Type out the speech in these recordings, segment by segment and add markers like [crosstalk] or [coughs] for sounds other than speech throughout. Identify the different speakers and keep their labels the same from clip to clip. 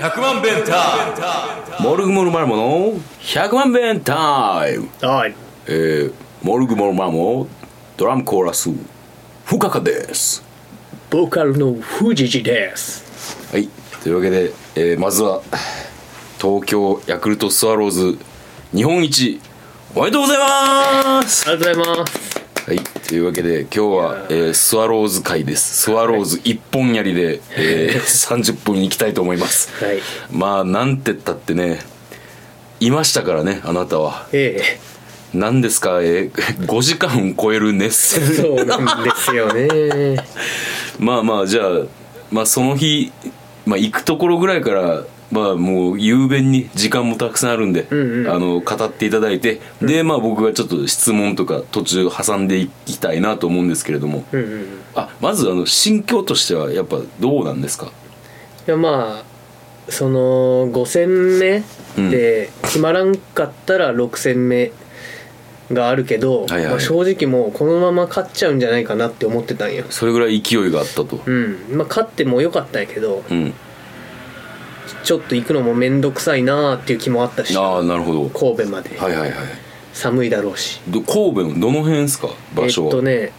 Speaker 1: 100万弁タイムモルグモルマルモの100万弁タイム
Speaker 2: はい
Speaker 1: えー、モルグモルマルモドラムコーラスフカカです
Speaker 2: ボーカルの藤次です
Speaker 3: はい、というわけで、えーまずは東京ヤクルトスワローズ日本一おめでとうございます
Speaker 2: ありがとうございます
Speaker 3: はい、というわけで今日は、えースワローズ会ですスワローズ一本やりで、えー30分いきたいと思います
Speaker 2: はい
Speaker 3: まあなんてったってねいましたからねあなたは
Speaker 2: え
Speaker 3: 何ですか、えー、5時 [laughs] 間超える熱
Speaker 2: [laughs] え
Speaker 3: 戦
Speaker 2: そうなんですよ [laughs] ね
Speaker 3: まあまあじゃあ,、まあその日、まあ、行くところぐらいからまあもう雄弁に時間もたくさんあるんで、
Speaker 2: んうん
Speaker 3: あの語っていただいて、でまあ僕がちょっと質問とか途中挟んでいきたいなと思うんですけれども、
Speaker 2: うんうんうんい
Speaker 3: あまずあの心境としてはやっぱどうなんですか
Speaker 2: やまあその5戦目で決まらんかったら6戦目があるけど、
Speaker 3: はいはい
Speaker 2: まあ、正直もうこのまま勝っちゃうんじゃないかなって思ってたんよ
Speaker 3: それぐらい勢いがあったと、
Speaker 2: うんまあ勝ってもよかったんやけど
Speaker 3: うん、
Speaker 2: ちょっと行くのも面倒くさいなーっていう気もあったし
Speaker 3: ああなるほど
Speaker 2: 神戸まで
Speaker 3: はいはいはい
Speaker 2: 寒いだろうし
Speaker 3: ど神戸のどの辺ですか場所は、
Speaker 2: えっとね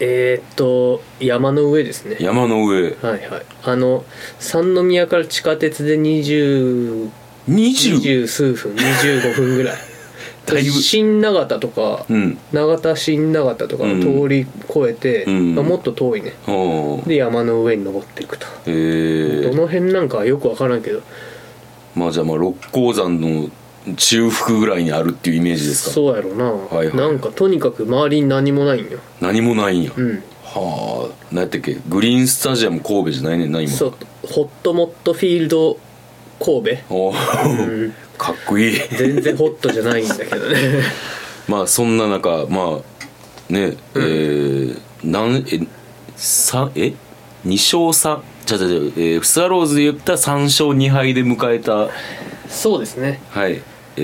Speaker 2: えーっと山の上ですね
Speaker 3: 山の上
Speaker 2: はいはいあの三宮から地下鉄で20
Speaker 3: 20
Speaker 2: 20数分25分ぐらい
Speaker 3: [laughs] だいぶ
Speaker 2: 新長田とか、
Speaker 3: うん
Speaker 2: 長田新長田とかを
Speaker 3: うん
Speaker 2: 通り越えて、
Speaker 3: うん
Speaker 2: まあもっと遠いね
Speaker 3: あー
Speaker 2: で山の上に登っていくと
Speaker 3: え
Speaker 2: ど
Speaker 3: ー、
Speaker 2: の辺なんかはよく分からんけど
Speaker 3: まあじゃあまあ六甲山の中腹ぐらいにあるっていうイメージですか
Speaker 2: そうやろな、
Speaker 3: いはい
Speaker 2: なんかとにかく周りに何もないんよ
Speaker 3: 何もないんや、
Speaker 2: うん
Speaker 3: はあ何やったっけグリーンスタジアム神戸じゃないねんな今
Speaker 2: そうホットモットフィールド神戸
Speaker 3: おー
Speaker 2: うん
Speaker 3: かっこいい [laughs]
Speaker 2: 全然ホットじゃないんだけどね
Speaker 3: まあそんな中まあねえー、なんえさえ二勝三じゃじゃじゃえー、スワローズで言ったら3勝2敗で迎えた
Speaker 2: [laughs] そうですね
Speaker 3: はいえ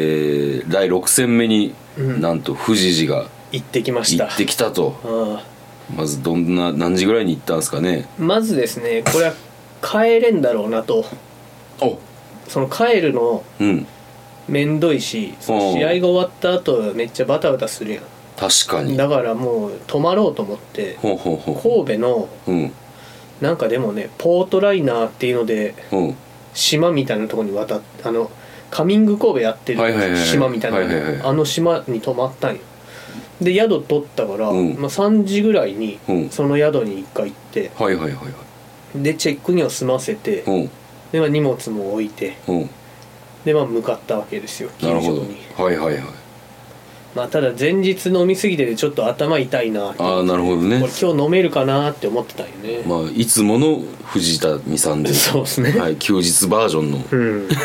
Speaker 3: ー、第6戦目に、
Speaker 2: うん
Speaker 3: なんと富士寺が
Speaker 2: 行ってきまし
Speaker 3: 行
Speaker 2: た
Speaker 3: ってきたと
Speaker 2: ああ
Speaker 3: まずどんな何時ぐらいに行ったんですかね
Speaker 2: まずですねこれは帰れんだろうなと
Speaker 3: お
Speaker 2: その帰るの
Speaker 3: うん
Speaker 2: めんどいしその試合が終わった後めっちゃバタバタするやん
Speaker 3: 確かに
Speaker 2: だからもう泊まろうと思って
Speaker 3: ほうほうほう
Speaker 2: 神戸の
Speaker 3: うん
Speaker 2: なんかでもねポートライナーっていうので
Speaker 3: うん
Speaker 2: 島みたいなとこに渡ってあのカミング神戸やって
Speaker 3: はいはいはい
Speaker 2: る島みたいな、
Speaker 3: はいはいはい
Speaker 2: あの島に泊まったんよで宿取ったから、
Speaker 3: うん
Speaker 2: まあ、3時ぐらいに
Speaker 3: うん
Speaker 2: その宿に1回行って
Speaker 3: はいはいはいはい
Speaker 2: でチェックインを済ませて
Speaker 3: うん
Speaker 2: で、まあ、荷物も置いて
Speaker 3: うん
Speaker 2: で、まあ、向かったわけですよ
Speaker 3: なるほ
Speaker 2: 球場に
Speaker 3: どはいはいはい
Speaker 2: まあ、ただ前日飲みすぎててちょっと頭痛いなって
Speaker 3: ああなるほどね
Speaker 2: これ今日飲めるかなって思ってたんよね、
Speaker 3: まあいつもの藤田美さんで
Speaker 2: そうですね、
Speaker 3: はい休日バージョンの
Speaker 2: うん [laughs]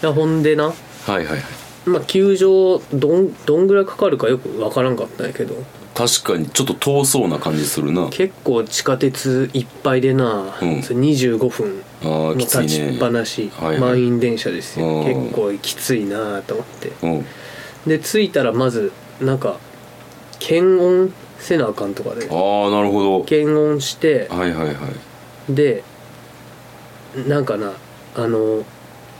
Speaker 2: だほんでな
Speaker 3: はいはいはい
Speaker 2: まあ、球場どんどんぐらいかかるかよく分からんかったんやけど
Speaker 3: 確かにちょっと遠そうな感じするなあ
Speaker 2: 結構地下鉄いっぱいでな、
Speaker 3: うん
Speaker 2: それ25分
Speaker 3: ー
Speaker 2: の
Speaker 3: きつ
Speaker 2: 立ち
Speaker 3: い
Speaker 2: っ
Speaker 3: ね
Speaker 2: ぱなし、
Speaker 3: はいはい
Speaker 2: 満員電車ですよ
Speaker 3: うん
Speaker 2: 結構きついなと思って
Speaker 3: うん
Speaker 2: で着いたらまずなんか検温せなあかんとかで
Speaker 3: ああなるほ
Speaker 2: 検温して
Speaker 3: どはいはいはい
Speaker 2: でなんかなあの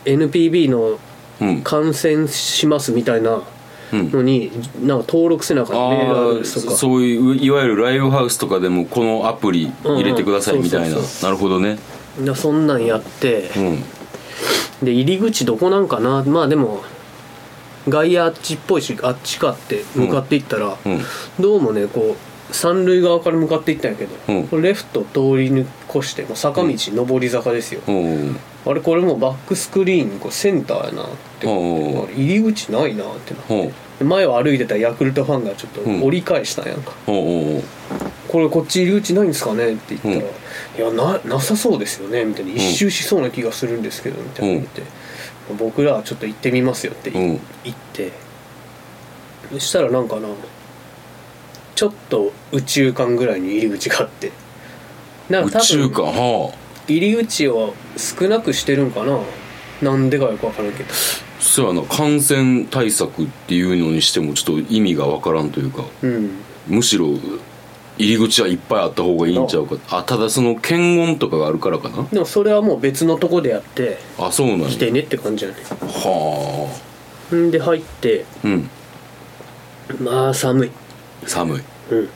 Speaker 2: NPB の
Speaker 3: うん
Speaker 2: 感染しますみたいな
Speaker 3: うん
Speaker 2: のになんか登録せなあかんメールアド
Speaker 3: あ
Speaker 2: レ
Speaker 3: あ
Speaker 2: スとか
Speaker 3: そういういわゆるライブハウスとかでもこのアプリ入れてくださいみたいな
Speaker 2: うんうんそうそ
Speaker 3: な
Speaker 2: う
Speaker 3: るほどね
Speaker 2: なそんなんやって、
Speaker 3: うん
Speaker 2: で入り口どこなんかなまあでも外野あっちっぽいしあっちかって向かっていったら、
Speaker 3: うん
Speaker 2: どうもねこう三塁側から向かっていったんやけど、
Speaker 3: うん
Speaker 2: これレフト通り抜越してもう坂道上り坂ですよ、
Speaker 3: うん
Speaker 2: あれこれもうバックスクリーンにこうセンターやなって思って、入り口ないなってな
Speaker 3: ほう
Speaker 2: で前を歩いてたヤクルトファンがちょっと折り返したんやんか、
Speaker 3: ほうほう
Speaker 2: これこっち入り口ないんですかねって言ったら「いやななさそうですよね」みたいな「一周しそうな気がするんですけど」みたいな言って「僕らはちょっと行ってみますよ」って
Speaker 3: ほうう
Speaker 2: 言
Speaker 3: ん
Speaker 2: って、そしたらなんかなちょっと宇宙間ぐらいに入り口があってなん
Speaker 3: 宇
Speaker 2: か多
Speaker 3: 宙
Speaker 2: 分
Speaker 3: かは
Speaker 2: 入り口を少なくしてるんかななんでかよく分からんけど
Speaker 3: あそうやな感染対策っていうのにしてもちょっと意味がわからんというか
Speaker 2: うん
Speaker 3: むしろ入り口はいっぱいあった方がいいんちゃうかあただその検温とかがあるからかな
Speaker 2: でもそれはもう別のとこでやって
Speaker 3: あそうなんや
Speaker 2: 来てねって感じじゃな
Speaker 3: は
Speaker 2: いんで入って
Speaker 3: あうん
Speaker 2: まあ寒い、
Speaker 3: 寒い
Speaker 2: うん、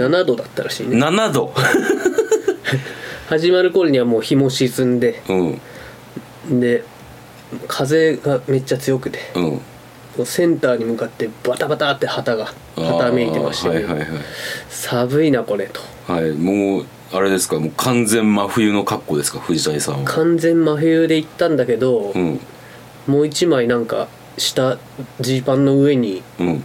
Speaker 2: 7度だったらしいね
Speaker 3: 7度
Speaker 2: 始まる頃にはもう日も沈んで
Speaker 3: うん
Speaker 2: で風がめっちゃ強くて
Speaker 3: うん
Speaker 2: こうセンターに向かってバタバタって旗がはためいてました
Speaker 3: あ
Speaker 2: け
Speaker 3: ー
Speaker 2: ど、
Speaker 3: はいはい
Speaker 2: 寒いなこれと
Speaker 3: はいはいもうあれですかもう完全真冬の格好ですか藤谷さんは
Speaker 2: 完全真冬で行ったんだけど、
Speaker 3: うん
Speaker 2: もう一枚なんか下ジーパンの上に
Speaker 3: うん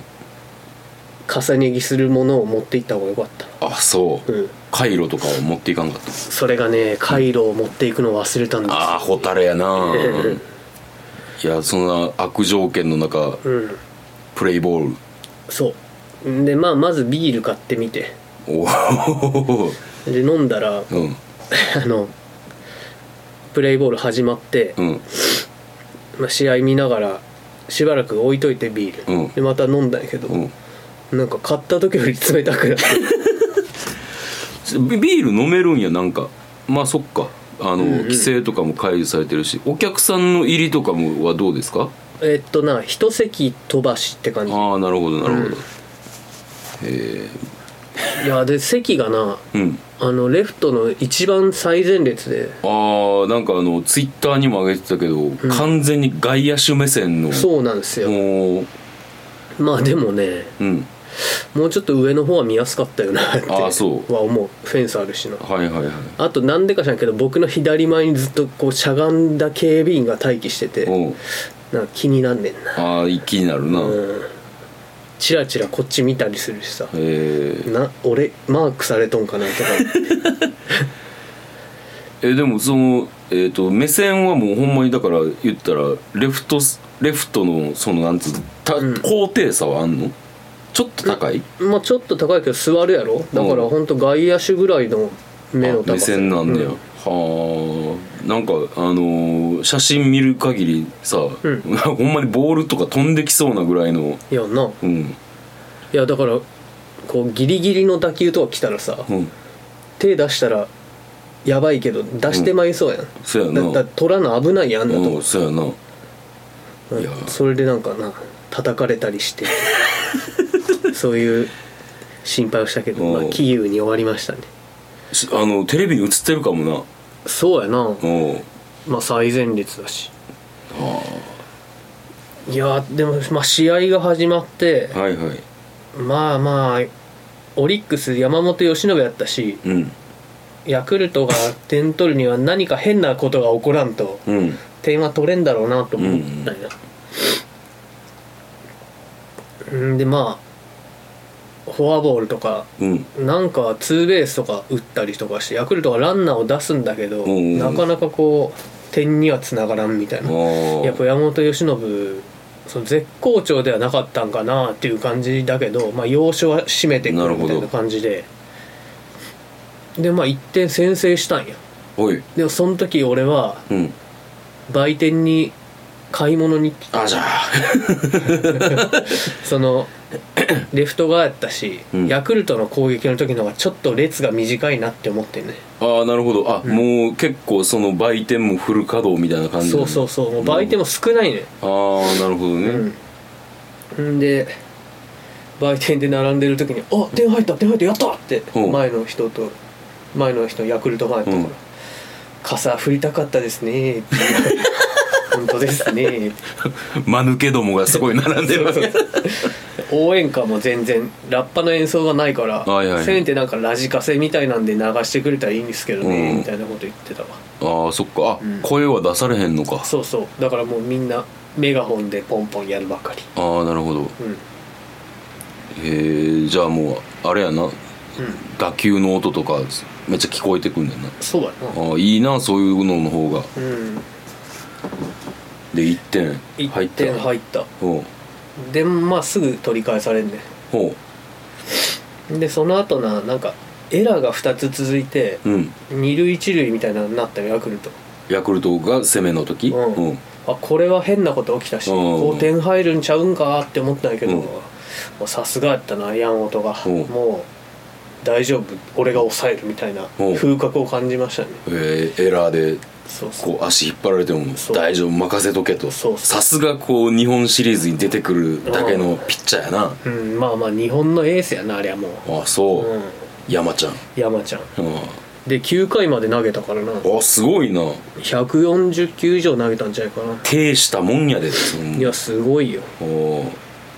Speaker 2: 重ね着するものを持って行った方が良かった
Speaker 3: あそう、
Speaker 2: うん
Speaker 3: カイロとかを持っていかんかった
Speaker 2: それがねカイロを持っていくのを忘れたんです
Speaker 3: ああホタルやな
Speaker 2: うん
Speaker 3: いやそんな悪条件の中
Speaker 2: うん
Speaker 3: プレイボール
Speaker 2: そうでまあまずビール買ってみて
Speaker 3: おお
Speaker 2: で飲んだら
Speaker 3: [laughs] うん
Speaker 2: [laughs] あのプレイボール始まって、
Speaker 3: うん
Speaker 2: まあ、試合見ながらしばらく置いといてビール、
Speaker 3: うん
Speaker 2: でまた飲んだんやけど、
Speaker 3: うん
Speaker 2: なんか買った時より冷たく
Speaker 3: [laughs]
Speaker 2: なって
Speaker 3: ビビール飲めるんやなんかまあそっかあの、規制とかも解除されてるしお客さんの入りとかもはどうですか
Speaker 2: えっとな一席飛ばしって感じ
Speaker 3: ああなるほどなるほど、
Speaker 2: うん
Speaker 3: え
Speaker 2: いやで席がな
Speaker 3: ーうん
Speaker 2: あのレフトの一番最前列で
Speaker 3: ああなんかあのツイッターにも上げてたけど、完全に外野手目線の
Speaker 2: そうなんですよ、
Speaker 3: もう
Speaker 2: まあでもね
Speaker 3: うん
Speaker 2: もうちょっと上の方は見やすかったよなって
Speaker 3: あーそう
Speaker 2: は思うフェンスあるしな
Speaker 3: はいはいはい
Speaker 2: あとなんでか知らんけど僕の左前にずっとこうしゃがんだ警備員が待機してて
Speaker 3: うん
Speaker 2: なんか気になんねんな
Speaker 3: ああ気になるな、
Speaker 2: うんチラチラこっち見たりするしさ
Speaker 3: えー
Speaker 2: な俺マークされとんかなとか [laughs]
Speaker 3: えでもその、えー、と目線はもうほんまにだから言ったらレフトスレフトのそのなんつうのた、
Speaker 2: うん
Speaker 3: 高低差はあんのちょっと高い、
Speaker 2: まあちょっと高いけど座るやろだからほんと外野手ぐらいの目の
Speaker 3: あ
Speaker 2: 高さ
Speaker 3: 目線なんだよ、
Speaker 2: う
Speaker 3: はあなんかあのー写真見る限りさ、
Speaker 2: ん
Speaker 3: [laughs] ほんまにボールとか飛んできそうなぐらいの
Speaker 2: いやな
Speaker 3: うん
Speaker 2: いやだからこうギリギリの打球とか来たらさ、
Speaker 3: うん
Speaker 2: 手出したらやばいけど出してまいそうやん、
Speaker 3: そうやな
Speaker 2: だったら取らな危ないやんあんなと
Speaker 3: う
Speaker 2: こ
Speaker 3: んそうやな
Speaker 2: うん
Speaker 3: いや
Speaker 2: それでなんかな叩かれたりして
Speaker 3: [laughs]
Speaker 2: そういう心配をしたけど、まあ
Speaker 3: うん、
Speaker 2: キーウに終わりましたね
Speaker 3: しあのテレビに映ってるかもな
Speaker 2: そうやな
Speaker 3: うん
Speaker 2: まあ最前列だしいやでも、まあ、試合が始まって
Speaker 3: はいはい
Speaker 2: まあまあオリックス山本由伸やったし
Speaker 3: うん
Speaker 2: ヤクルトが点取るには何か変なことが起こらんと
Speaker 3: うん
Speaker 2: 点は取れんだろうなと思ったんや、うん、でまあフォアボールとか
Speaker 3: うん
Speaker 2: なんかツーベースとか打ったりとかしてヤクルトがランナーを出すんだけど、
Speaker 3: うんうん
Speaker 2: なかなかこう点にはつながらんみたいな、
Speaker 3: ああ
Speaker 2: やっぱ山本由伸その絶好調ではなかったんかなっていう感じだけど、まあ、要所は締めてくるみた
Speaker 3: ないるほ
Speaker 2: な
Speaker 3: ど
Speaker 2: 感じででまあ1点先制したんや
Speaker 3: おい
Speaker 2: でもその時俺は
Speaker 3: うん
Speaker 2: 売店に買い物に来
Speaker 3: あじゃあ [coughs]
Speaker 2: そのレフト側やったし、
Speaker 3: うん
Speaker 2: ヤクルトの攻撃の時の方がちょっと列が短いなって思ってね
Speaker 3: ああなるほどあ、もう結構その売店もフル稼働みたいな感じ
Speaker 2: そうそうそうもう売店も少ないね
Speaker 3: ああーなるほどね、
Speaker 2: うんんで売店で並んでる時に「あ点入った点入ったやった!」って
Speaker 3: うん
Speaker 2: 前の人と前の人ヤクルトファンやったから
Speaker 3: うん
Speaker 2: 「傘振りたかったですね」って「本当ですね」
Speaker 3: 間抜けどもがすごい並んでるわけ
Speaker 2: 応援歌も全然ラッパの演奏がないから、
Speaker 3: はいはい
Speaker 2: せめてなんかラジカセみたいなんで流してくれたらいいんですけどね、
Speaker 3: うん
Speaker 2: みたいなこと言ってたわ
Speaker 3: ああそっかあ、
Speaker 2: うん
Speaker 3: 声は出されへんのか
Speaker 2: そうそうだからもうみんなメガホンでポンポンやるばかり
Speaker 3: ああなるほど
Speaker 2: うんうん
Speaker 3: へえじゃあもうあれやな打球の音とかめっちゃ聞こえてくんねんな
Speaker 2: そうだな
Speaker 3: ああいいなそういうのの方が
Speaker 2: うん
Speaker 3: で1点入
Speaker 2: 1
Speaker 3: った
Speaker 2: 点入った
Speaker 3: ほ
Speaker 2: でまあすぐ取り返されんね
Speaker 3: うほ
Speaker 2: でその後ななんかエラーが2つ続いて
Speaker 3: ううん
Speaker 2: 二塁一塁みたいなのになったよヤクルト
Speaker 3: ヤクルトが攻めの時
Speaker 2: うんあこれは変なこと起きたし
Speaker 3: うん
Speaker 2: 5点入るんちゃうんかって思ったんやけど
Speaker 3: うん
Speaker 2: もうさすがやったな山本が
Speaker 3: うん
Speaker 2: もう大丈夫俺が抑えるみたいな
Speaker 3: おう
Speaker 2: 風格を感じましたね
Speaker 3: えーエラーで
Speaker 2: そうそう
Speaker 3: こう足引っ張られても
Speaker 2: そう
Speaker 3: 大丈夫任せとけと
Speaker 2: そうそう
Speaker 3: さすがこう日本シリーズに出てくるだけのピッチャーやな
Speaker 2: うん、まあまあ日本のエースやなあれはもう、
Speaker 3: あそう、
Speaker 2: うん、
Speaker 3: 山ちゃん、
Speaker 2: 山ちゃん
Speaker 3: う、
Speaker 2: で9回まで投げたからなん
Speaker 3: あすごいな
Speaker 2: 140球以上投げたんじゃないかな
Speaker 3: 手したもんやでそん
Speaker 2: いやすごいよ
Speaker 3: お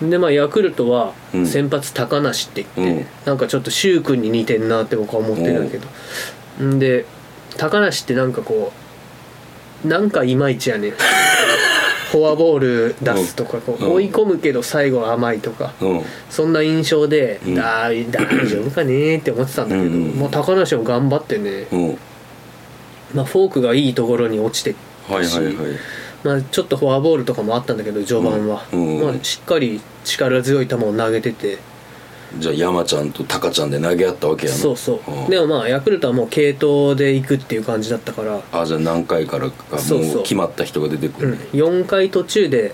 Speaker 3: ー
Speaker 2: でまあヤクルトは
Speaker 3: うん
Speaker 2: 先発高梨って言って、
Speaker 3: うん
Speaker 2: なんかちょっと柊君に似てんなって僕は思ってるんだけどんで高梨ってなんかこうなんかいまいちや
Speaker 3: [laughs]
Speaker 2: ねんフォアボール出すとかこ
Speaker 3: うん
Speaker 2: う追い込むけど最後は甘いとか
Speaker 3: うん
Speaker 2: そんな印象で、
Speaker 3: うん
Speaker 2: だ大丈夫かねーって思ってたんだけど、
Speaker 3: うんうん
Speaker 2: もう高梨も頑張ってね、
Speaker 3: うん
Speaker 2: まあ、フォークがいいところに落ちて
Speaker 3: はいはいはい
Speaker 2: まあ、ちょっとフォアボールとかもあったんだけど序盤は、
Speaker 3: うんうん
Speaker 2: まあ、しっかり力強い球を投げてて、
Speaker 3: じゃあ山ちゃんとタカちゃんで投げ合ったわけやな
Speaker 2: そうそう、
Speaker 3: うん
Speaker 2: でもまあヤクルトはもう継投でいくっていう感じだったから、
Speaker 3: あじゃあ何回からかも
Speaker 2: そうそう
Speaker 3: う決まった人が出てく
Speaker 2: う
Speaker 3: る
Speaker 2: ん、4回途中で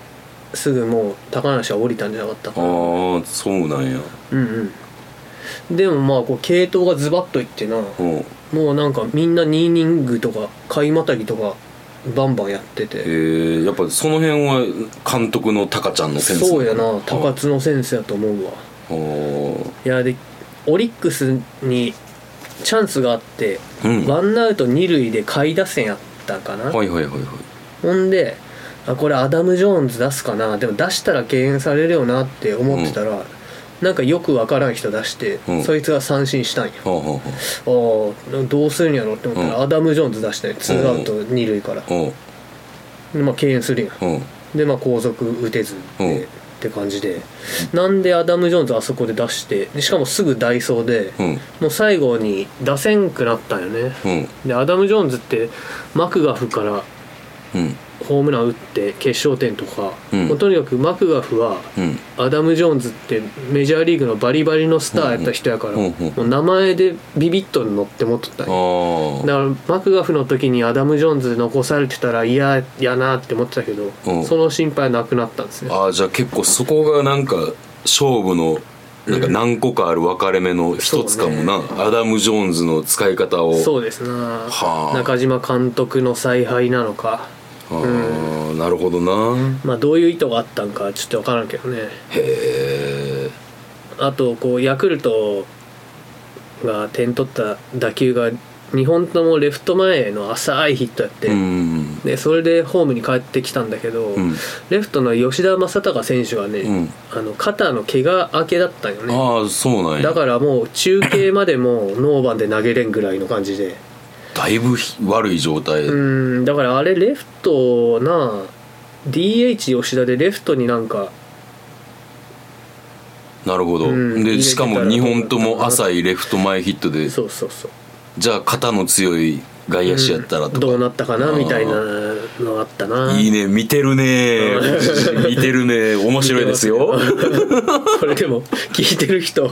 Speaker 2: すぐもう高梨は降りたんじゃなかったかな
Speaker 3: ああそうなんや
Speaker 2: うんうんでもまあこう継投がズバッといってな、
Speaker 3: うんへ
Speaker 2: もうなんかみんな2イニングとか買いまたぎとかバンバンやって
Speaker 3: え
Speaker 2: て
Speaker 3: ー、やっぱその辺は監督のタカちゃんのセンス
Speaker 2: そうやな高
Speaker 3: ち
Speaker 2: 津のセンスやと思うわ
Speaker 3: ゃん
Speaker 2: いやでオリックスにチャンスがあって、
Speaker 3: うん
Speaker 2: ワンアウト二塁で下位打線やったかな、
Speaker 3: はいはいはいはい
Speaker 2: ほんであこれアダム・ジョーンズ出すかなでも出したら敬遠されるよなって思ってたら、なんかよくわからん人出して、
Speaker 3: うん
Speaker 2: そいつが三振したんや
Speaker 3: はあは
Speaker 2: ああどうするんやろって思ったら、
Speaker 3: うん
Speaker 2: アダム・ジョーンズ出したんやツーアウト二塁から
Speaker 3: あ、は
Speaker 2: でまあ敬遠するんや
Speaker 3: あうんうん
Speaker 2: でまあ後続打てずで、
Speaker 3: うん
Speaker 2: って感じでなんでアダム・ジョーンズあそこで出してでしかもすぐダイソーで、
Speaker 3: うん
Speaker 2: もう最後に出せんくなったんよね、
Speaker 3: うん
Speaker 2: でアダム・ジョーンズってマクガフから
Speaker 3: うん
Speaker 2: ホームラン打って決勝点とか、
Speaker 3: うん
Speaker 2: もうとにかくマクガフは、
Speaker 3: うん
Speaker 2: アダム・ジョーンズってメジャーリーグのバリバリのスターやった人やから、
Speaker 3: うんうんうんうん
Speaker 2: もう名前でビビッと乗って持っとったん
Speaker 3: あ
Speaker 2: よ
Speaker 3: あ
Speaker 2: だからマクガフの時にアダム・ジョーンズ残されてたら嫌やなって思ってたけど、
Speaker 3: うん
Speaker 2: その心配はなくなったんですね
Speaker 3: ああじゃあ結構そこがなんか勝負のなんか何個かある分かれ目の一つかもな、アダム・ジョーンズの使い方を
Speaker 2: そうですな
Speaker 3: はあ
Speaker 2: 中島監督の采配なのか
Speaker 3: あーなるほどな
Speaker 2: まあどういう意図があったんかちょっと分からんけどね
Speaker 3: へえ
Speaker 2: あとこうヤクルトが点取った打球が2本ともレフト前の浅いヒットやって、
Speaker 3: うん
Speaker 2: でそれでホームに帰ってきたんだけど、
Speaker 3: うん
Speaker 2: レフトの吉田正尚選手がね、
Speaker 3: うん
Speaker 2: あの肩の怪我明けだったんよね
Speaker 3: ああそうなん
Speaker 2: だ
Speaker 3: や
Speaker 2: からもう中継までもノーバンで投げれんぐらいの感じで
Speaker 3: だいぶ悪い状態、
Speaker 2: うんだからあれレフトな DH 吉田でレフトになんか
Speaker 3: なるほど、
Speaker 2: うん
Speaker 3: でしかも2本とも浅いレフト前ヒットで
Speaker 2: そうそうそう
Speaker 3: じゃあ肩の強い外野手やったらとか、
Speaker 2: どうなったかな
Speaker 3: あー
Speaker 2: みたいなのあったない
Speaker 3: いいね見てるね見てるね面白いですよ
Speaker 2: これでも聞いて
Speaker 3: [laughs]
Speaker 2: る人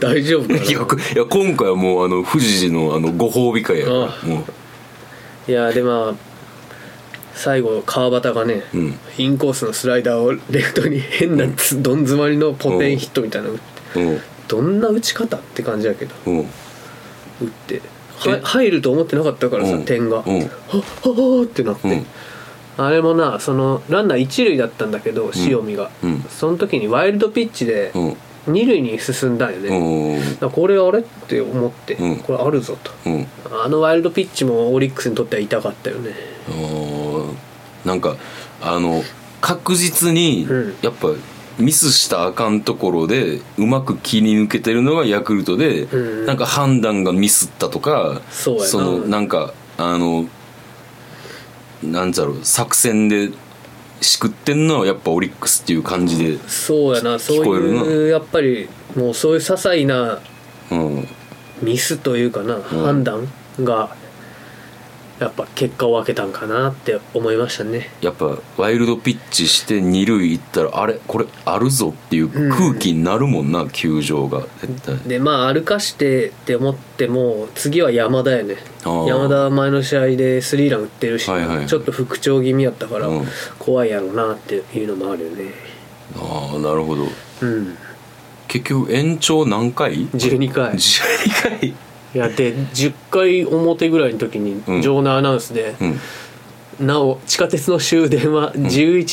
Speaker 2: 大丈夫かない
Speaker 3: やこ [laughs] いや今回はもうあの富士寺のあのご褒美会やから
Speaker 2: ああ
Speaker 3: も
Speaker 2: いやでまあ最後川端がね、
Speaker 3: う、うん
Speaker 2: インコースのスライダーをレフトに変なつ、どん詰まりのポテンヒットみたいなの打って
Speaker 3: うん
Speaker 2: どんな打ち方って感じやけど
Speaker 3: うん、
Speaker 2: 打っては入ると思ってなかったからさ、
Speaker 3: うん
Speaker 2: 点が、
Speaker 3: うん
Speaker 2: はっはっはってなって、
Speaker 3: うん
Speaker 2: あれもなそのランナー一塁だったんだけど塩見が、
Speaker 3: うん
Speaker 2: その時にワイルドピッチで
Speaker 3: うん
Speaker 2: 二塁に進んだんよね、
Speaker 3: うんうん
Speaker 2: だからこれあれって思って、
Speaker 3: うん
Speaker 2: これあるぞと
Speaker 3: うん
Speaker 2: あのワイルドピッチもオリックスにとっては痛かったよね
Speaker 3: あーなんかあの確実に
Speaker 2: うん
Speaker 3: やっぱミスしたらあかんところでうまく切り抜けてるのがヤクルトで、
Speaker 2: うん
Speaker 3: なんか判断がミスったとか
Speaker 2: そうやな
Speaker 3: のなんかあのなんだろう作戦でしくってんのはやっぱオリックスっていう感じで、
Speaker 2: そうやなそう
Speaker 3: 聞こえるな
Speaker 2: いうやっぱりもうそういう些細な
Speaker 3: うん、
Speaker 2: ミスというかな、判断がやっぱ結果を分けたんかなって思いましたね
Speaker 3: やっぱワイルドピッチして二塁行ったらあれこれあるぞっていう空気になるもんな、球場が絶対
Speaker 2: でまあ歩かしてって思っても次は山田やね
Speaker 3: あー
Speaker 2: 山田は前の試合でスリーラン打ってるし、
Speaker 3: はいはいはい
Speaker 2: ちょっと復調気味やったから
Speaker 3: うん
Speaker 2: 怖いやろうなっていうのもあるよね
Speaker 3: ああなるほど
Speaker 2: うん
Speaker 3: 結局延長何回
Speaker 2: 12回
Speaker 3: ?12 回
Speaker 2: いやで10回表ぐらいの時に
Speaker 3: うん
Speaker 2: 場内アナウンスで、
Speaker 3: うん
Speaker 2: なお地下鉄の終電は11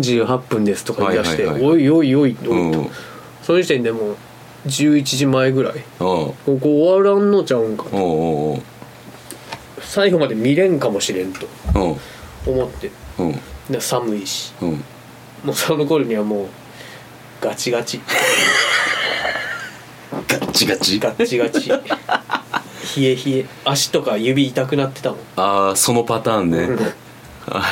Speaker 2: 時48分ですとか言い出して、
Speaker 3: はいはいはい
Speaker 2: おいおいおいおいと、
Speaker 3: うんあ
Speaker 2: その時点でもう11時前ぐらい
Speaker 3: あおう
Speaker 2: ここ終わらんのちゃうんかと
Speaker 3: おうおう
Speaker 2: 最後まで見れんかもしれんと
Speaker 3: うん
Speaker 2: 思って
Speaker 3: うん
Speaker 2: で寒いし
Speaker 3: うん
Speaker 2: もうその頃にはもうガチガチ
Speaker 3: ガッチガチ
Speaker 2: ガッチガチ冷え冷え足とか指痛くなってたもん
Speaker 3: ああそのパターンねあ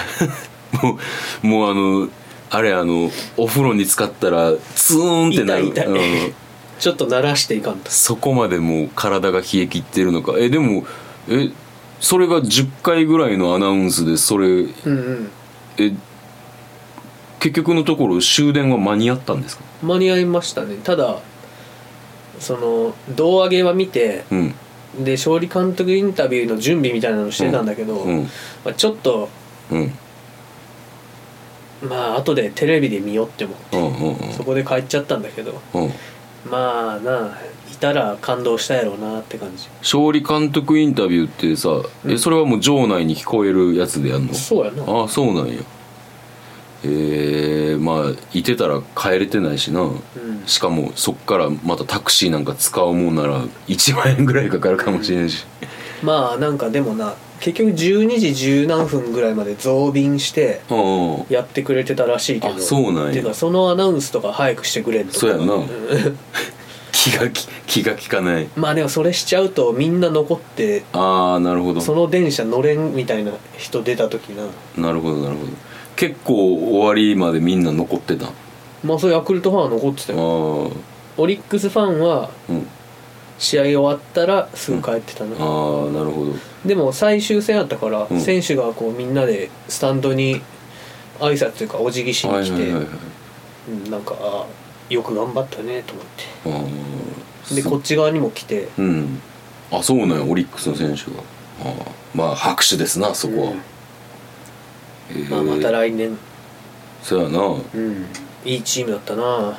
Speaker 3: もうもうあのあれあのお風呂に浸かったらツーンってな
Speaker 2: 痛
Speaker 3: る
Speaker 2: い痛い、
Speaker 3: うん
Speaker 2: [laughs] ちょっと慣らしていかんと
Speaker 3: そこまでもう体が冷え切ってるのかえでもえそれが10回ぐらいのアナウンスでそれ
Speaker 2: うんうん
Speaker 3: え結局のところ終電は間に合ったんですか
Speaker 2: 間に合いましたねただその胴上げは見て
Speaker 3: うん
Speaker 2: で勝利監督インタビューの準備みたいなのしてたんだけど、
Speaker 3: うん
Speaker 2: まあ、ちょっと
Speaker 3: うん
Speaker 2: まあ後でテレビで見ようって思って
Speaker 3: うんうん
Speaker 2: そこで帰っちゃったんだけど
Speaker 3: うんうん
Speaker 2: まあなあいたら感動したやろうなって感じ
Speaker 3: 勝利監督インタビューってさ、えそれはもう場内に聞こえるやつでやんの
Speaker 2: そうやな
Speaker 3: ああそうなんやえー、まあいてたら帰れてないしな、
Speaker 2: ん
Speaker 3: しかもそっからまたタクシーなんか使うもんなら1万円ぐらいかかるかもしれんし、
Speaker 2: まあなんかでもな結局12時十何分ぐらいまで増便して
Speaker 3: うんうん、
Speaker 2: やってくれてたらしいけど
Speaker 3: あそうなんや
Speaker 2: てかそのアナウンスとか早くしてくれんとか
Speaker 3: そうやなん気がき気が利かない
Speaker 2: [laughs] まあでもそれしちゃうとみんな残って
Speaker 3: ああなるほど
Speaker 2: その電車乗れんみたいな人出た時な
Speaker 3: なるほどなるほど結構終わりまでみんな残ってたあ
Speaker 2: まあそうヤクルトファンは残ってた
Speaker 3: あ
Speaker 2: よオリックスファンは
Speaker 3: うん
Speaker 2: 試合終わったらすぐ帰ってたな、
Speaker 3: ああなるほど
Speaker 2: でも最終戦やったから、
Speaker 3: うん
Speaker 2: 選手がこうみんなでスタンドに挨拶というかお辞儀し
Speaker 3: は
Speaker 2: に
Speaker 3: い
Speaker 2: 来
Speaker 3: はい
Speaker 2: て、
Speaker 3: はいはい
Speaker 2: うんなんかあーよく頑張ったねと思っ
Speaker 3: ああ
Speaker 2: てでこっち側にも来て
Speaker 3: うんあそうなんやオリックスの選手がああまあ拍手ですなそこは、
Speaker 2: うん
Speaker 3: えー
Speaker 2: まあ、また来年、
Speaker 3: そうやな
Speaker 2: うん、いいチームだったな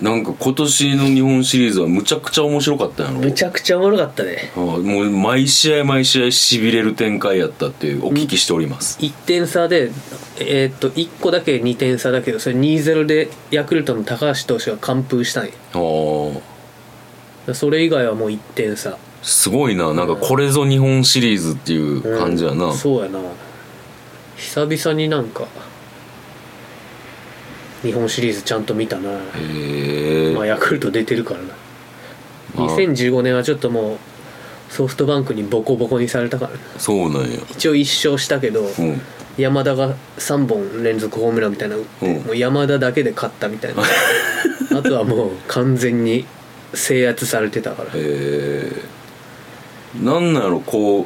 Speaker 3: なんか今年の日本シリーズはむちゃくちゃ面白かったんやろ
Speaker 2: むちゃくちゃおもろかったね
Speaker 3: ああもう毎試合毎試合しびれる展開やったっていうお聞きしております、
Speaker 2: 1点差で、えーっと1個だけ2点差だけどそれ2-0でヤクルトの高橋投手が完封したんや
Speaker 3: ああ
Speaker 2: それ以外はもう1点差
Speaker 3: すごいななんかこれぞ日本シリーズっていう感じやな、
Speaker 2: うんそうやな久々になんか日本シリーズちゃんと見たな、
Speaker 3: へえ、
Speaker 2: まあ、ヤクルト出てるからな
Speaker 3: まあ
Speaker 2: 2015年はちょっともうソフトバンクにボコボコにされたからな
Speaker 3: そうなんや
Speaker 2: 一応1勝したけど、
Speaker 3: うん
Speaker 2: 山田が3本連続ホームランみたいなの打って、
Speaker 3: うん
Speaker 2: もう山田だけで勝ったみ
Speaker 3: [laughs]
Speaker 2: たいなあとはもう完全に制圧されてたから
Speaker 3: えー、なんなんやろこう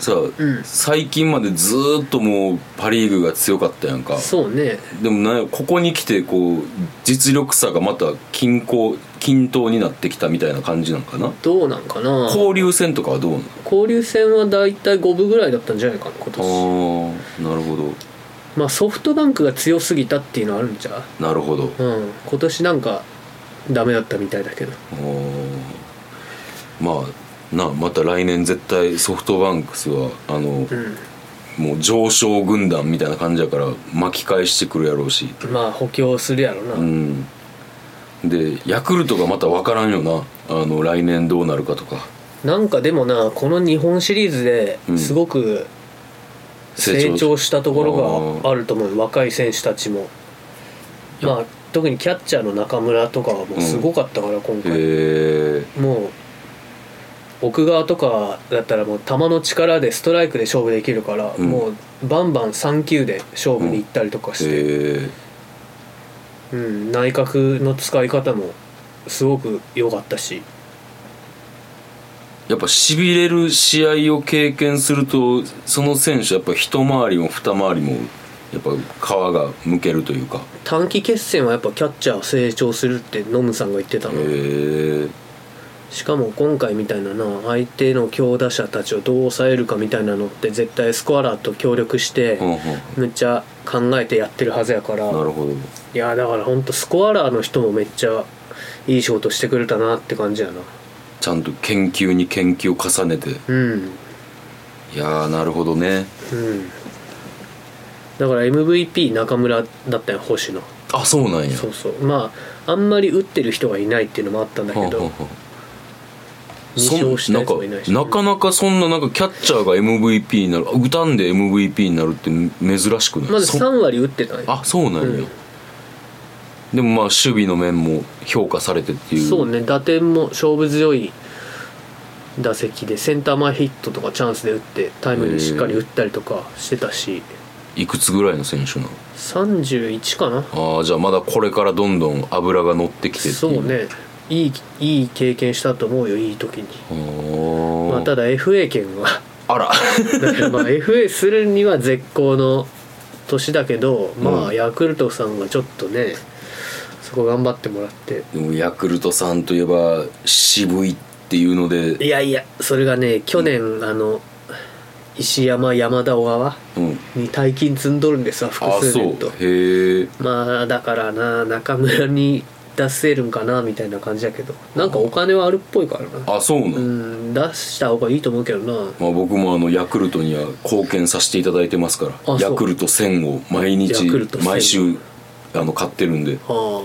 Speaker 3: さ、
Speaker 2: ん
Speaker 3: 最近までずーっともうパ・リーグが強かったやんか
Speaker 2: そうね
Speaker 3: でもなんやここに来てこう実力差がまた均衡均等になってきたみたいな感じなんかな
Speaker 2: どうなんかな
Speaker 3: 交流戦とかはどうなの
Speaker 2: 交流戦は大体5分ぐらいだったんじゃないかな今
Speaker 3: あ
Speaker 2: 年
Speaker 3: ーなるほど
Speaker 2: まあソフトバンクが強すぎたっていうのはあるんちゃ
Speaker 3: なるほど
Speaker 2: ううん今年なんかダメだったみたいだけど
Speaker 3: あーまあなまた来年絶対ソフトバンクスはあの、
Speaker 2: うん
Speaker 3: もう上昇軍団みたいな感じやから巻き返してくるやろうし
Speaker 2: まあ補強するやろな、
Speaker 3: うんでヤクルトがまた分からんよなあの来年どうなるかとか
Speaker 2: なんかでもなこの日本シリーズで
Speaker 3: うん
Speaker 2: すごく
Speaker 3: 成長
Speaker 2: 成長したところがあると思う若い選手たちも
Speaker 3: いや
Speaker 2: まあ特にキャッチャーの中村とかはもうすごかったから、今
Speaker 3: へ
Speaker 2: 回
Speaker 3: え
Speaker 2: もう奥川とかだったらもう球の力でストライクで勝負できるから、
Speaker 3: ん
Speaker 2: もうバンバン3球で勝負に行ったりとかして、
Speaker 3: へ
Speaker 2: うん、内角の使い方もすごく良かったし
Speaker 3: えやっぱしびれる試合を経験するとその選手やっぱ一回りも二回りもやっぱ皮がむけるというか
Speaker 2: 短期決戦はやっぱキャッチャー成長するってノムさんが言ってた
Speaker 3: へ
Speaker 2: の、
Speaker 3: え
Speaker 2: しかも今回みたいなな相手の強打者たちをどう抑えるかみたいなのって絶対スコアラーと協力して
Speaker 3: うんうん
Speaker 2: めっちゃ考えてやってるはずやから
Speaker 3: なるほど
Speaker 2: いやだからほんとスコアラーの人もめっちゃいい仕事してくれたなって感じやな
Speaker 3: ちゃんと研究に研究を重ねて
Speaker 2: うん
Speaker 3: いやーなるほどね
Speaker 2: うんだから MVP 中村だったよ星野
Speaker 3: あそうなんや
Speaker 2: そうそうまああんまり打ってる人がいないっていうのもあったんだ
Speaker 3: はあ
Speaker 2: け
Speaker 3: はあは
Speaker 2: ど
Speaker 3: あ
Speaker 2: 二勝したやつもいないし
Speaker 3: そんなんかなかなかそんななんかキャッチャーが MVP になる打たんで MVP になるって珍しくない
Speaker 2: まず
Speaker 3: そ
Speaker 2: 3割打ってたね
Speaker 3: あそうなんや、
Speaker 2: うん
Speaker 3: でもまあ守備の面も評価されてっていう
Speaker 2: そうね打点も勝負強い打席でセンター前ヒットとかチャンスで打ってタイムリーしっかり打ったりとかしてたし
Speaker 3: いくつぐらいの選手なの
Speaker 2: 31かな
Speaker 3: ああじゃあまだこれからどんどん油が乗ってきてってい
Speaker 2: そうねいいいい経験したと思うよいい時に、
Speaker 3: あ
Speaker 2: まあ、
Speaker 3: ー
Speaker 2: ただ FA 権は [laughs]
Speaker 3: あら [laughs]
Speaker 2: だからまあ FA するには絶好の年だけど
Speaker 3: う
Speaker 2: まあ
Speaker 3: ん
Speaker 2: ヤクルトさんがちょっとねそこ頑張ってもらって
Speaker 3: でもヤクルトさんといえば渋いっていうので
Speaker 2: いやいやそれがね去年、あの石山山田小川
Speaker 3: うん
Speaker 2: に大金積んどるんですわ
Speaker 3: ああ
Speaker 2: 複数
Speaker 3: そう
Speaker 2: 年と
Speaker 3: へえ
Speaker 2: まあだからな中村に出せるんかなみたいな感じやけどなんかお金はあるっぽいからな
Speaker 3: あそうなの、
Speaker 2: うん出した方がいいと思うけどな
Speaker 3: まあ、僕もあのヤクルトには貢献させていただいてますから
Speaker 2: そう
Speaker 3: ヤクルト1000を毎日
Speaker 2: ヤクルト1000
Speaker 3: 毎週あの買ってるんで
Speaker 2: あ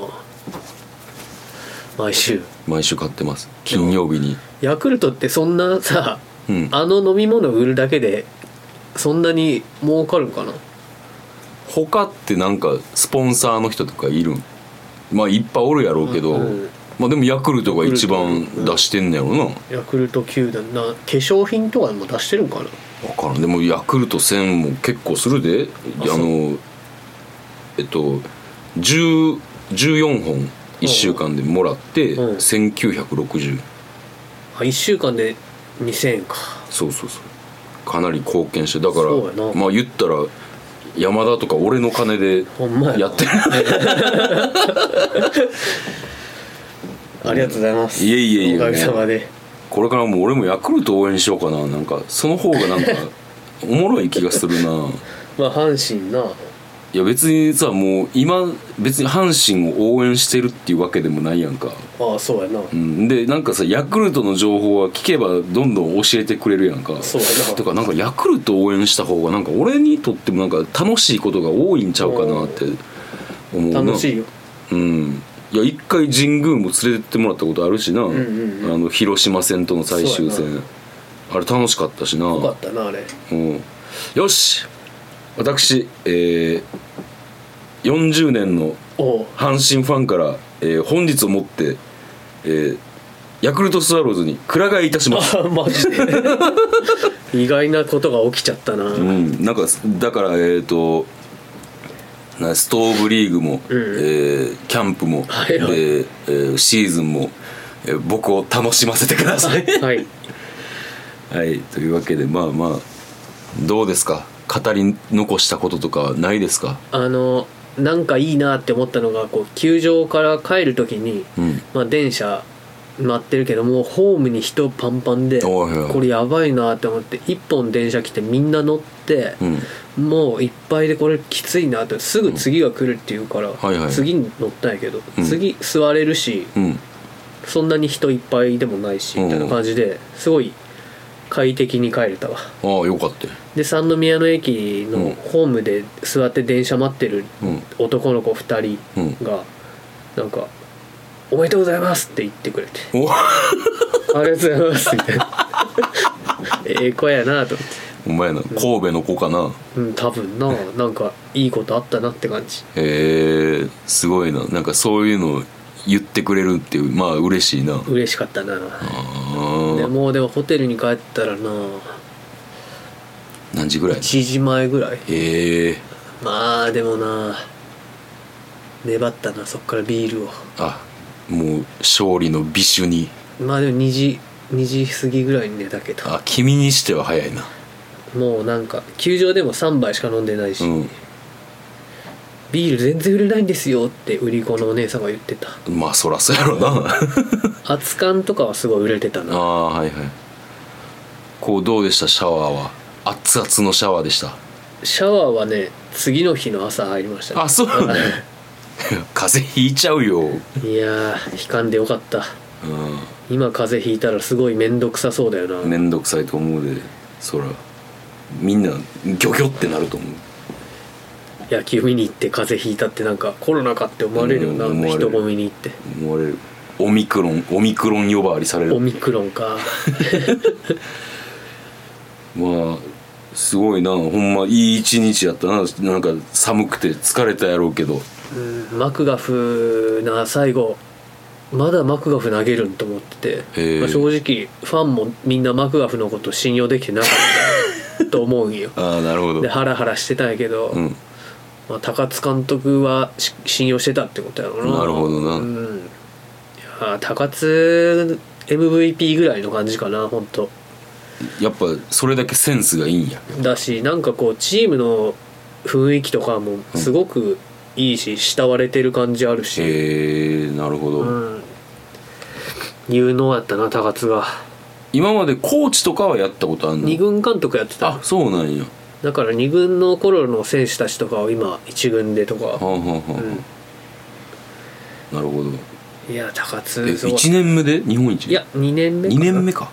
Speaker 2: あ毎週
Speaker 3: 毎週買ってます金曜日に
Speaker 2: ヤクルトってそんなさ、
Speaker 3: うん
Speaker 2: あの飲み物売るだけでそんなに儲かるんかな
Speaker 3: 他ってなんかスポンサーの人とかいるんまあいっぱいおるやろうけど、
Speaker 2: うん
Speaker 3: まあでもヤクルトが一番出してんねやろな分
Speaker 2: ヤクルト球団な化粧品とかも出してるんかな
Speaker 3: からんでもヤクルト1000も結構するであ
Speaker 2: そう
Speaker 3: のえっと10 14本1週間でもらって
Speaker 2: うん
Speaker 3: 1960、
Speaker 2: あ1週間で2000円か
Speaker 3: そうそうそうかなり貢献してだか
Speaker 2: そうや
Speaker 3: ら
Speaker 2: な
Speaker 3: まあ言ったら山田とか俺の金で
Speaker 2: ほんまやな
Speaker 3: やって
Speaker 2: [laughs]
Speaker 3: る
Speaker 2: ありがとうございます
Speaker 3: いえいえいえ
Speaker 2: おかげさまで
Speaker 3: これからもう俺もヤクルト応援しようかななんかその方がなん
Speaker 2: [laughs]
Speaker 3: かおもろい気がするな
Speaker 2: まあ阪神ない
Speaker 3: や別にさもう今別に阪神を応援してるっていうわけでもないやんか、
Speaker 2: ああそうやな
Speaker 3: うん、でなんかさヤクルトの情報は聞けばどんどん教えてくれるやんか
Speaker 2: そうやな
Speaker 3: だからなんかヤクルト応援した方がなんか俺にとってもなんか楽しいことが多いんちゃうかなって思うな
Speaker 2: 楽しいよ
Speaker 3: うんいや一回神宮も連れてってもらったことあるしな、
Speaker 2: んうん
Speaker 3: あの広島戦との最終
Speaker 2: そうや
Speaker 3: 戦あれ楽しかったしな
Speaker 2: よかったなあれ
Speaker 3: うん、よし私、えー40年の
Speaker 2: おう
Speaker 3: 阪神ファンから、えー本日をもって、えーヤクルトスワローズにくら替えいたします
Speaker 2: あマ
Speaker 3: [laughs]
Speaker 2: ジで意外なことが起きちゃったな
Speaker 3: う、
Speaker 2: うん
Speaker 3: なんかだからえっ、となストーブリーグも、えーキャンプも、
Speaker 2: はいはい
Speaker 3: えーえーシーズンも、えー僕を楽しませてくださ
Speaker 2: [laughs]
Speaker 3: い
Speaker 2: はい
Speaker 3: はいというわけでまあまあどうですか語り残したこととかないですか
Speaker 2: あのなんかいいなって思ったのがこう球場から帰る時に、
Speaker 3: うん
Speaker 2: まあ、電車待ってるけどもうホームに人パンパンで
Speaker 3: おいおい
Speaker 2: これやばいなって思って一本電車来てみんな乗って、
Speaker 3: うん
Speaker 2: もういっぱいでこれきついなってすぐ次が来るっていうから、
Speaker 3: はいはい
Speaker 2: 次に乗ったんやけど、
Speaker 3: うん
Speaker 2: 次座れるし
Speaker 3: うん
Speaker 2: そんなに人いっぱいでもないし
Speaker 3: うん
Speaker 2: みたいな感じですごい快適に帰れたわ
Speaker 3: ああよかったよ
Speaker 2: で三宮の駅
Speaker 3: うん
Speaker 2: のホームで座って電車待ってる
Speaker 3: うん
Speaker 2: 男の子2
Speaker 3: うん
Speaker 2: 人がなんか「おめでとうございます」って言ってくれて [laughs]
Speaker 3: お
Speaker 2: 「ありがとうございます」みたいな [laughs] ええ子やなと思って
Speaker 3: お [laughs] 前な神戸の子かな
Speaker 2: うん多分ななんかいいことあったなって感じ
Speaker 3: へえすごいななんかそういうの言ってくれるっていうまあ嬉しいな
Speaker 2: 嬉しかったな
Speaker 3: あ
Speaker 2: で
Speaker 3: あ
Speaker 2: もうでもホテルに帰ったらな
Speaker 3: 何時ぐらい
Speaker 2: 1時前ぐらい
Speaker 3: へえ
Speaker 2: まあでもな粘ったなそっからビールを
Speaker 3: あもう勝利の美酒に
Speaker 2: まあでも2時2時過ぎぐらいに寝たけど
Speaker 3: あ君にしては早いな
Speaker 2: もうなんか球場でも3杯しか飲んでないし、
Speaker 3: う
Speaker 2: ビール全然売れないんですよって売り子のお姉さんが言ってた
Speaker 3: んまあそらそうやろ [laughs] な
Speaker 2: 熱燗とかはすごい売れてた
Speaker 3: あ
Speaker 2: な
Speaker 3: あはいはいこうどうでしたシャワーは熱々のシャワーでした
Speaker 2: シャワーはね次の日の朝入りましたね、
Speaker 3: あそうなんだ [laughs] 風邪ひいちゃうよ、うん、
Speaker 2: いやー悲観でよかった今風邪ひいたらすごい面倒くさそうだよな、
Speaker 3: めんどくさいと思うでそらみんなギョギョってなると思う
Speaker 2: 野球見に行って風邪ひいたってなんかコロナかって思われるよな、
Speaker 3: うん思われる
Speaker 2: 人混みに行って
Speaker 3: 思われるオミクロンオミクロン呼ばわりされ
Speaker 2: オ
Speaker 3: る
Speaker 2: ミクロンか [laughs]
Speaker 3: まあすごいなほんまいい一日やったななんか寒くて疲れたやろうけど
Speaker 2: うんマクガフな最後まだマクガフ投げるんと思って
Speaker 3: へ
Speaker 2: て、
Speaker 3: ー
Speaker 2: まあ正直ファンもみんなマクガフのこと信用できてなかったと思う
Speaker 3: [laughs]
Speaker 2: んよ
Speaker 3: ああなるほど
Speaker 2: でハラハラしてたんやけど、
Speaker 3: うん
Speaker 2: まあ、高津監督はし信用してたってことやろな
Speaker 3: なるほどな
Speaker 2: うん、いやー高津 MVP ぐらいの感じかな本当
Speaker 3: やっぱそれだけセンスがいいんや
Speaker 2: だしなんかこうチームの雰囲気とかもすごくいいし、慕われてる感じあるし、
Speaker 3: へえなるほど、
Speaker 2: うん有能やったな高津が
Speaker 3: 今までコーチとかはやったことあんの
Speaker 2: 二軍監督やって
Speaker 3: あ
Speaker 2: た
Speaker 3: そうなんや
Speaker 2: だから二軍の頃の選手たちとかを今一軍でと
Speaker 3: はあ、
Speaker 2: か、
Speaker 3: はあはあ
Speaker 2: う
Speaker 3: なるほど
Speaker 2: ん、いや高
Speaker 3: え
Speaker 2: 津すごい
Speaker 3: 1年目で日本一
Speaker 2: いや2年目か
Speaker 3: 2
Speaker 2: な
Speaker 3: 年目か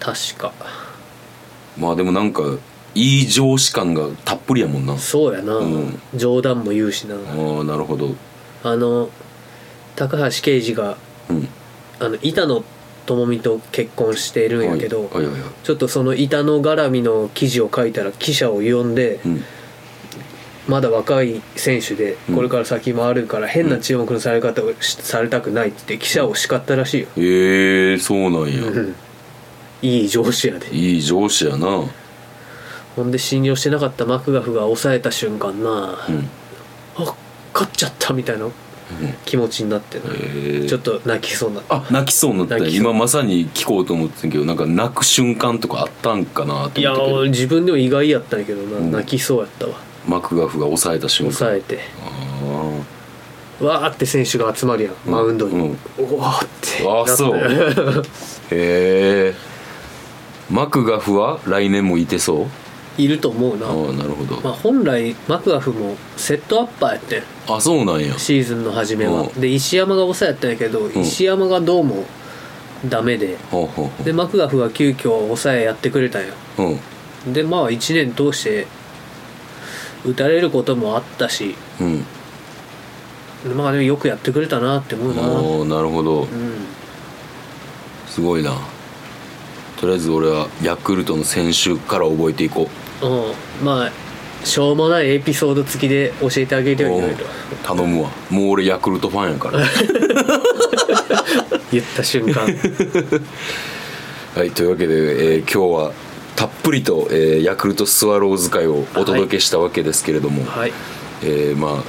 Speaker 2: 確か
Speaker 3: まあでもなんかいい上司感がたっぷりやもんなあ
Speaker 2: そうやな、
Speaker 3: うん
Speaker 2: 冗談も言うしな、
Speaker 3: あなるほど
Speaker 2: あの高橋奎二が
Speaker 3: うん
Speaker 2: あの板野友美と結婚しているんやけ
Speaker 3: は
Speaker 2: ど、
Speaker 3: いはいはいはい
Speaker 2: ちょっとその板野絡みの記事を書いたら記者を呼んで、
Speaker 3: うん
Speaker 2: まだ若い選手で
Speaker 3: うん
Speaker 2: これから先もあるから変な注目のされ方をしされたくないって言って記者を叱ったらしいよ、
Speaker 3: へえそうなんや、
Speaker 2: うんいい上司やで
Speaker 3: いい上司やなうん
Speaker 2: ほんで信用してなかったマクガフが抑えた瞬間な、あ勝っちゃったみたいな気持ちになってな、
Speaker 3: へえ
Speaker 2: ちょっと泣きそうになった
Speaker 3: あ泣きそうになった
Speaker 2: 泣きそう
Speaker 3: 今まさに聞こうと思ってんけどなんか泣く瞬間とかあったんかなと
Speaker 2: い
Speaker 3: 思っ
Speaker 2: や
Speaker 3: たけど
Speaker 2: 俺自分でも意外やったんやけどな、
Speaker 3: ん
Speaker 2: 泣きそうやったわ
Speaker 3: マクガフが抑えた瞬間
Speaker 2: 抑えて
Speaker 3: あー
Speaker 2: わーって選手が集まるやん、マウンドに、
Speaker 3: うん
Speaker 2: おおって
Speaker 3: あそう
Speaker 2: なったよ
Speaker 3: へえマクガフは来年もいてそう
Speaker 2: [laughs] いると思うな
Speaker 3: ああなるほど、
Speaker 2: まあ、本来マクガフもセットアッパーやってん
Speaker 3: あそうなんや
Speaker 2: シーズンの初めは
Speaker 3: うん
Speaker 2: で石山が抑えやったんやけど、石山がどうもダメで
Speaker 3: ほうほうほ
Speaker 2: でマクガフが急遽抑えやってくれたんよ
Speaker 3: ううん
Speaker 2: でまあ1年通して打たれることもあったし
Speaker 3: うん
Speaker 2: まあでもよくやってくれたなって思うなう
Speaker 3: おーなるほど
Speaker 2: ん
Speaker 3: すごいなとりあえず俺はヤクルトの選手から覚えていこ
Speaker 2: うんまあしょうもないエピソード付きで教えてあげ
Speaker 3: う
Speaker 2: るようになる
Speaker 3: おう頼むわもう俺ヤクルトファンやから
Speaker 2: 言った瞬間
Speaker 3: はいというわけで、えー今日はたっぷりと、えーヤクルトスワローズ会をお届けしたわけですけれども、
Speaker 2: はい
Speaker 3: えーまあ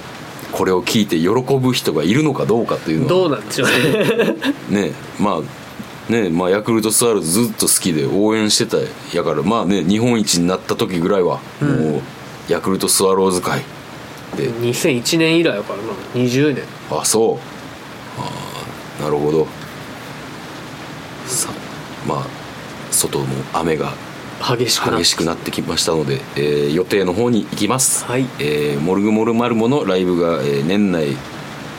Speaker 3: これを聞いて喜ぶ人がいるのかどうかというのは
Speaker 2: どうなんでしょうね
Speaker 3: ねまあねまあヤクルトスワローズずっと好きで応援してたやからまあね日本一になった時ぐらいは、もうヤクルトスワローズ会で
Speaker 2: 2001年以来やからな20年
Speaker 3: あそうあーなるほどさまあ外も雨が
Speaker 2: 激しくなっ
Speaker 3: 激しくなってきましたので、えー予定の方に行きます、
Speaker 2: はい
Speaker 3: えーモルグモルマルモのライブが、えー年内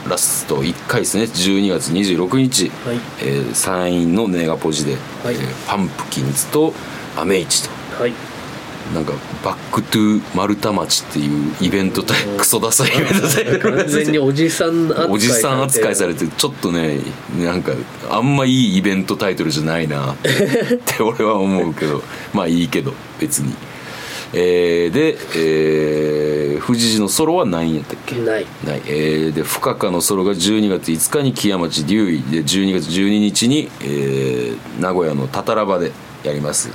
Speaker 3: ラスト1回ですね12月26日、
Speaker 2: はい
Speaker 3: えー山陰のネガポジで、
Speaker 2: はい
Speaker 3: えーパンプキンズとアメイチと
Speaker 2: はい
Speaker 3: なんかバックトゥ丸太町っていうイベントタイクソダサいイベントタイプ
Speaker 2: 完全におじさん扱い
Speaker 3: おじさん扱いさ
Speaker 2: れ
Speaker 3: れてちょっとねなんかあんまいいイベントタイトルじゃないなってって俺は思うけど [laughs] まあいいけど別に、えーで、えー、富士寺のソロは何位やったっけ
Speaker 2: てない
Speaker 3: ない、えーで深川のソロが12月5日に木屋町竜医で12月12日に、えー名古屋のたたら場でやります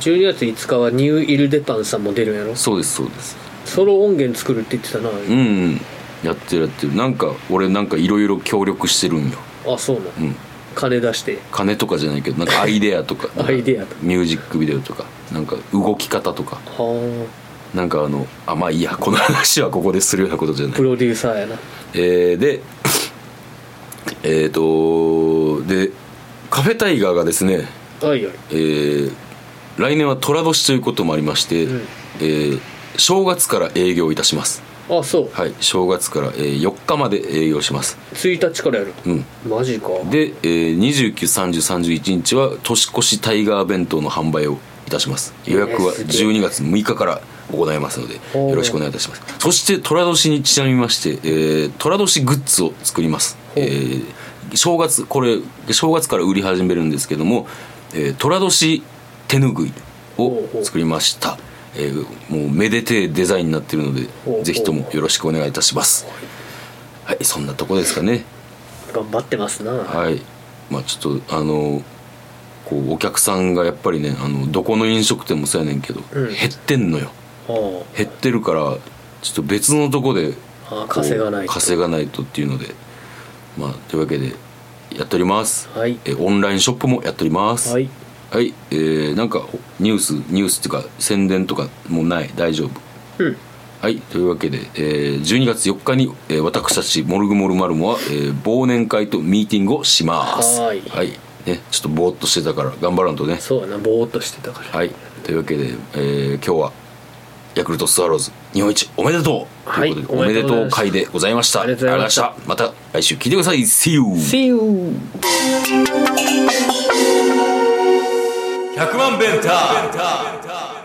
Speaker 2: 12月5日はニューイルデパンさんも出るんやろ
Speaker 3: そうですそうです
Speaker 2: ソロ音源作るって言ってたな、
Speaker 3: うん、うん、やってるやってるなんか俺なんかいろいろ協力してるんよ
Speaker 2: あそうなの、
Speaker 3: うん
Speaker 2: 金出して
Speaker 3: 金とかじゃないけどなん
Speaker 2: [laughs]
Speaker 3: かアイデアとか
Speaker 2: アイデアとか
Speaker 3: ミュージックビデオとかなんか動き方とか
Speaker 2: は
Speaker 3: なんかあのあまあいいやこの話はここでするようなことじゃ
Speaker 2: あ
Speaker 3: ない
Speaker 2: プ、ロデューサーやな
Speaker 3: えーでえっ、とでカフェタイガーがですね、
Speaker 2: はいはい
Speaker 3: えー来年は寅年ということもありまして、
Speaker 2: うん
Speaker 3: えー正月から営業いたします
Speaker 2: あそう
Speaker 3: はい、正月から、えー4日まで営業します
Speaker 2: 1日からやる
Speaker 3: うん
Speaker 2: マジか
Speaker 3: で、えー、293031日は年越しタイガー弁当の販売をいたします予約は
Speaker 2: えーすげえ
Speaker 3: 12月6日から行いますので
Speaker 2: おー
Speaker 3: よろしくお願いいたしますそして寅年にちなみまして、えー、寅年グッズを作ります、え
Speaker 2: う
Speaker 3: ー、正月これ正月から売り始めるんですけども、えー、寅年手ぬぐいを作りましたえーもうめでてえデザインになってるので
Speaker 2: ほうほう
Speaker 3: ぜひともよろしくお願いいたしますはいそんなとこですかね
Speaker 2: 頑張ってますな、
Speaker 3: はい、まあちょっとあのこうお客さんがやっぱりねあのどこの飲食店もそうやねんけど、
Speaker 2: うん
Speaker 3: 減ってんのよ
Speaker 2: あ
Speaker 3: 減ってるからちょっと別のとこでこ
Speaker 2: ああ
Speaker 3: う
Speaker 2: 稼がないと
Speaker 3: 稼がないとっていうのでまあというわけでやっております、
Speaker 2: はい
Speaker 3: えオンラインショップもやっております
Speaker 2: はい、
Speaker 3: はいえーなんかニュースニュースっていうか宣伝とかもない大丈夫
Speaker 2: うん
Speaker 3: はい、というわけで、えー12月4日に、えー私たちモルグモルマルモは、えー忘年会とミーティングをします
Speaker 2: はーい
Speaker 3: ね、ちょっとぼーっとしてたから頑張らんとね
Speaker 2: そうやなぼーっとしてたから
Speaker 3: はいというわけで、えー今日はヤクルトスワローズ日本一おめでとう、
Speaker 2: はい
Speaker 3: ということでおめでとう会でございました
Speaker 2: ありがとうございました
Speaker 3: ありがとうございましたまた来週聞いてください See you!
Speaker 2: See you!
Speaker 1: 100万ベンター